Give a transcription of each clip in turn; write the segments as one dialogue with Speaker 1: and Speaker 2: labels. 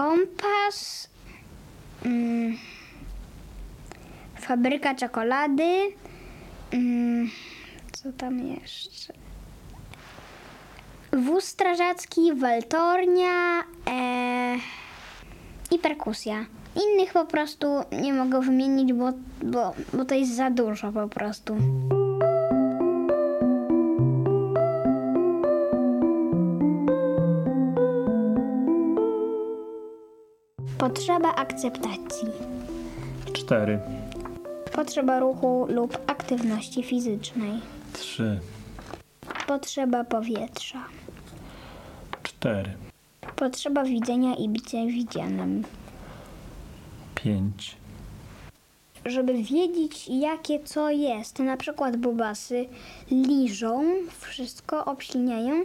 Speaker 1: kompas, mm, fabryka czekolady, mm, co tam jeszcze? Wóz strażacki, waltornia e, i perkusja. Innych po prostu nie mogę wymienić, bo, bo, bo to jest za dużo po prostu. Potrzeba akceptacji.
Speaker 2: 4,
Speaker 1: Potrzeba ruchu lub aktywności fizycznej.
Speaker 2: 3,
Speaker 1: Potrzeba powietrza.
Speaker 2: 4,
Speaker 1: Potrzeba widzenia i bycia widzianym.
Speaker 2: 5,
Speaker 1: Żeby wiedzieć, jakie co jest, na przykład bobasy liżą, wszystko obśliniają,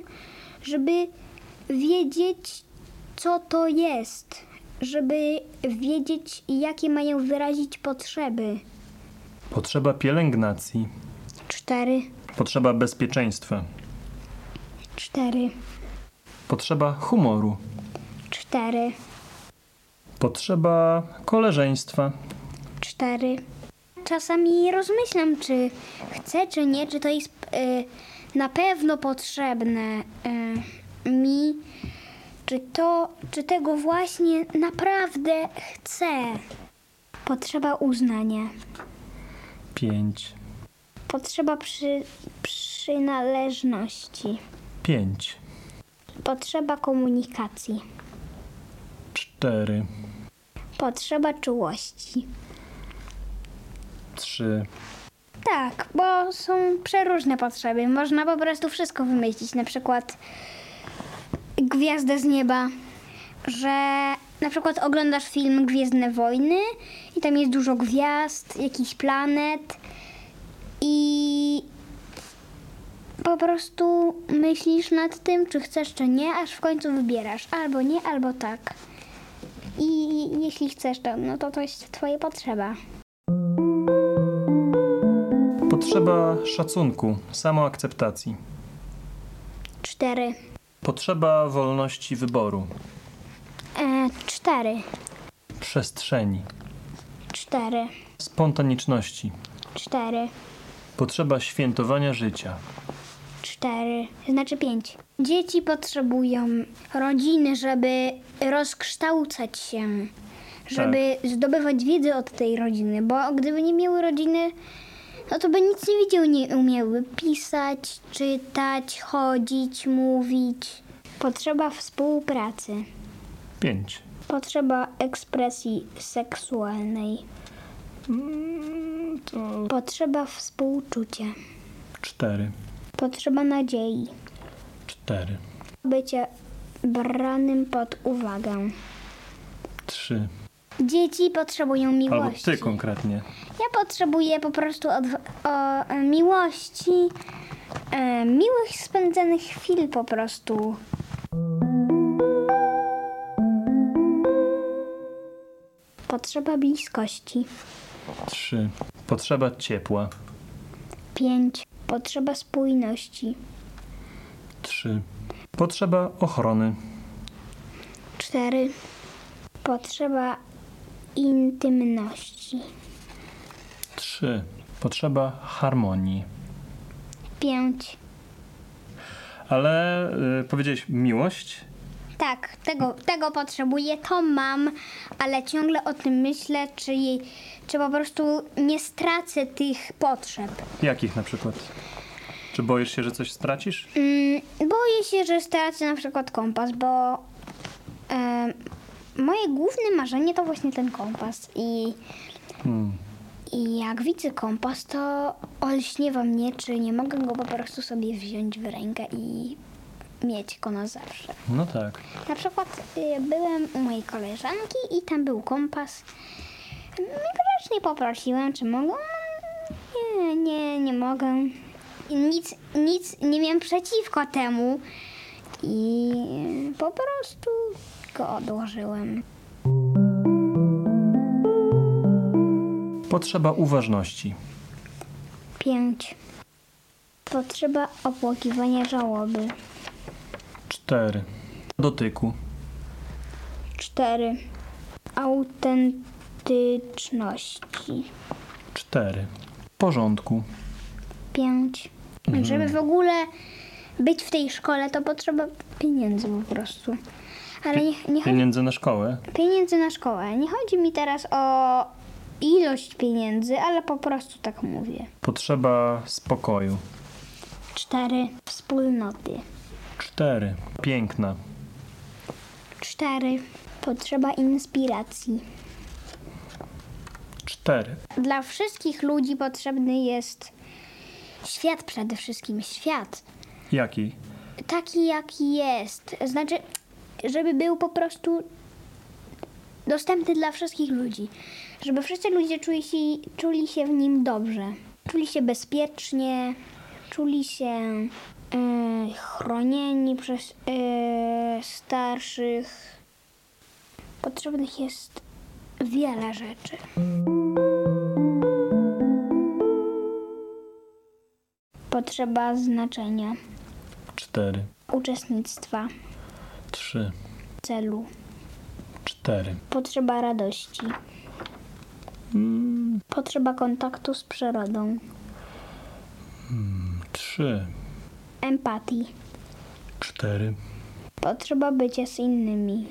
Speaker 1: żeby wiedzieć, co to jest, żeby wiedzieć, jakie mają wyrazić potrzeby.
Speaker 2: Potrzeba pielęgnacji.
Speaker 1: Cztery,
Speaker 2: Potrzeba bezpieczeństwa.
Speaker 1: cztery,
Speaker 2: Potrzeba humoru.
Speaker 1: cztery,
Speaker 2: Potrzeba koleżeństwa.
Speaker 1: cztery. Czasami rozmyślam, czy chcę, czy nie, czy to jest y, na pewno potrzebne y, mi, czy to, czy tego właśnie naprawdę chcę. Potrzeba uznania,
Speaker 2: 5,
Speaker 1: potrzeba przy, przynależności,
Speaker 2: 5,
Speaker 1: potrzeba komunikacji,
Speaker 2: 4,
Speaker 1: potrzeba czułości.
Speaker 2: 3,
Speaker 1: Tak, bo są przeróżne potrzeby. Można po prostu wszystko wymyślić. Na przykład gwiazdę z nieba, że na przykład oglądasz film Gwiezdne Wojny i tam jest dużo gwiazd, jakichś planet i po prostu myślisz nad tym, czy chcesz, czy nie, aż w końcu wybierasz albo nie, albo tak. I jeśli chcesz, to, no to to jest twoja potrzeba.
Speaker 2: Potrzeba szacunku, samoakceptacji.
Speaker 1: Cztery.
Speaker 2: Potrzeba wolności wyboru,
Speaker 1: E, cztery.
Speaker 2: przestrzeni,
Speaker 1: Cztery,
Speaker 2: spontaniczności.
Speaker 1: cztery,
Speaker 2: Potrzeba świętowania życia.
Speaker 1: cztery, znaczy pięć. Dzieci potrzebują rodziny, żeby rozkształcać się, żeby zdobywać wiedzę od tej rodziny, bo gdyby nie miały rodziny, no to by nic nie widziały, nie umiały pisać, czytać, chodzić, mówić. Potrzeba współpracy,
Speaker 2: 5.
Speaker 1: potrzeba ekspresji seksualnej,
Speaker 2: To
Speaker 1: potrzeba współczucia,
Speaker 2: 4,
Speaker 1: potrzeba nadziei.
Speaker 2: 4,
Speaker 1: bycie branym pod uwagę.
Speaker 2: 3.
Speaker 1: Dzieci potrzebują
Speaker 2: Albo
Speaker 1: miłości.
Speaker 2: ty konkretnie.
Speaker 1: Ja potrzebuję po prostu od, o, e, miłości, e, miłych spędzonych chwil po prostu. Potrzeba bliskości.
Speaker 2: 3. Potrzeba ciepła.
Speaker 1: 5. Potrzeba spójności.
Speaker 2: 3. Potrzeba ochrony.
Speaker 1: 4. Potrzeba intymności.
Speaker 2: 3. Potrzeba harmonii.
Speaker 1: 5.
Speaker 2: Ale y, powiedziałeś miłość?
Speaker 1: Tak, tego, tego potrzebuję, to mam, ale ciągle o tym myślę, czy, jej, czy po prostu nie stracę tych potrzeb.
Speaker 2: Jakich na przykład? Czy boisz się, że coś stracisz?
Speaker 1: Mm, boję się, że stracę na przykład kompas, bo em, moje główne marzenie to właśnie ten kompas. I,
Speaker 2: Hmm.
Speaker 1: I jak widzę kompas, to olśniewa mnie, czy nie mogę go po prostu sobie wziąć w rękę i mieć go na zawsze.
Speaker 2: No tak.
Speaker 1: Na przykład y, byłem u mojej koleżanki i tam był kompas. Grzecznie poprosiłem, czy mogę. Nie, nie, nie mogę. I Nic, nic nie miałem przeciwko temu. I po prostu go odłożyłem.
Speaker 2: Potrzeba uważności.
Speaker 1: 5. Potrzeba opłakiwania żałoby.
Speaker 2: 4. Dotyku.
Speaker 1: Cztery. Autentyczności.
Speaker 2: Cztery. W porządku.
Speaker 1: Pięć. Żeby w ogóle być w tej szkole, to potrzeba pieniędzy po prostu. Ale nie, nie chodzi
Speaker 2: Pieniędzy na szkołę?
Speaker 1: pieniędzy na szkołę. Nie chodzi mi teraz o ilość pieniędzy, ale po prostu tak mówię.
Speaker 2: Potrzeba spokoju.
Speaker 1: Cztery. Wspólnoty.
Speaker 2: Cztery. Piękna.
Speaker 1: Cztery. Potrzeba inspiracji.
Speaker 2: Cztery.
Speaker 1: Dla wszystkich ludzi potrzebny jest świat przede wszystkim. Świat.
Speaker 2: Jaki?
Speaker 1: Taki, jaki jest. Znaczy, żeby był po prostu dostępny dla wszystkich ludzi. Żeby wszyscy ludzie czuli się, czuli się w nim dobrze. Czuli się bezpiecznie, czuli się e, chronieni przez e, starszych. Potrzebnych jest wiele rzeczy. Potrzeba znaczenia
Speaker 2: Cztery.
Speaker 1: uczestnictwa,
Speaker 2: Trzy.
Speaker 1: celu,
Speaker 2: Cztery.
Speaker 1: potrzeba radości, potrzeba kontaktu z przyrodą,
Speaker 2: Trzy.
Speaker 1: empatii,
Speaker 2: Cztery.
Speaker 1: potrzeba bycia z innymi.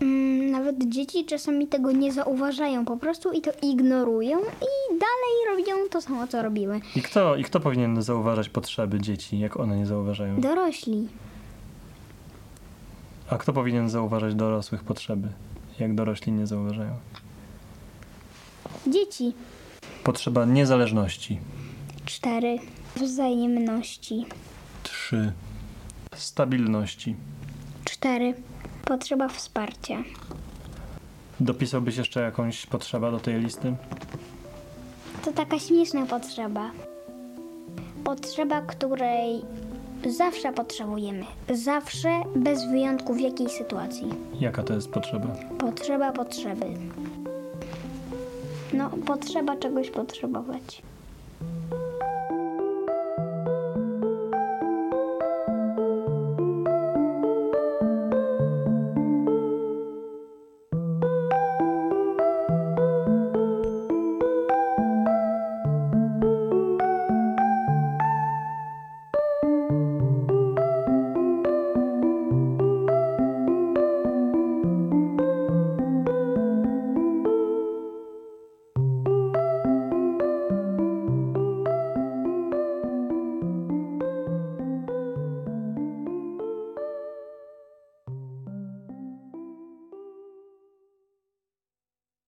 Speaker 1: Mm, Nawet dzieci czasami tego nie zauważają po prostu i to ignorują i dalej robią to samo, co robiły.
Speaker 2: I kto, I kto powinien zauważać potrzeby dzieci, jak one nie zauważają?
Speaker 1: Dorośli,
Speaker 2: A kto powinien zauważać dorosłych potrzeby, jak dorośli nie zauważają?
Speaker 1: dzieci,
Speaker 2: Potrzeba niezależności.
Speaker 1: cztery, wzajemności,
Speaker 2: Trzy. Stabilności.
Speaker 1: cztery, potrzeba wsparcia.
Speaker 2: Dopisałbyś jeszcze jakąś potrzebę do tej listy?
Speaker 1: To taka śmieszna potrzeba. Potrzeba, której zawsze potrzebujemy. Zawsze, bez wyjątku w jakiej sytuacji.
Speaker 2: Jaka to jest potrzeba?
Speaker 1: Potrzeba potrzeby. No, potrzeba czegoś potrzebować.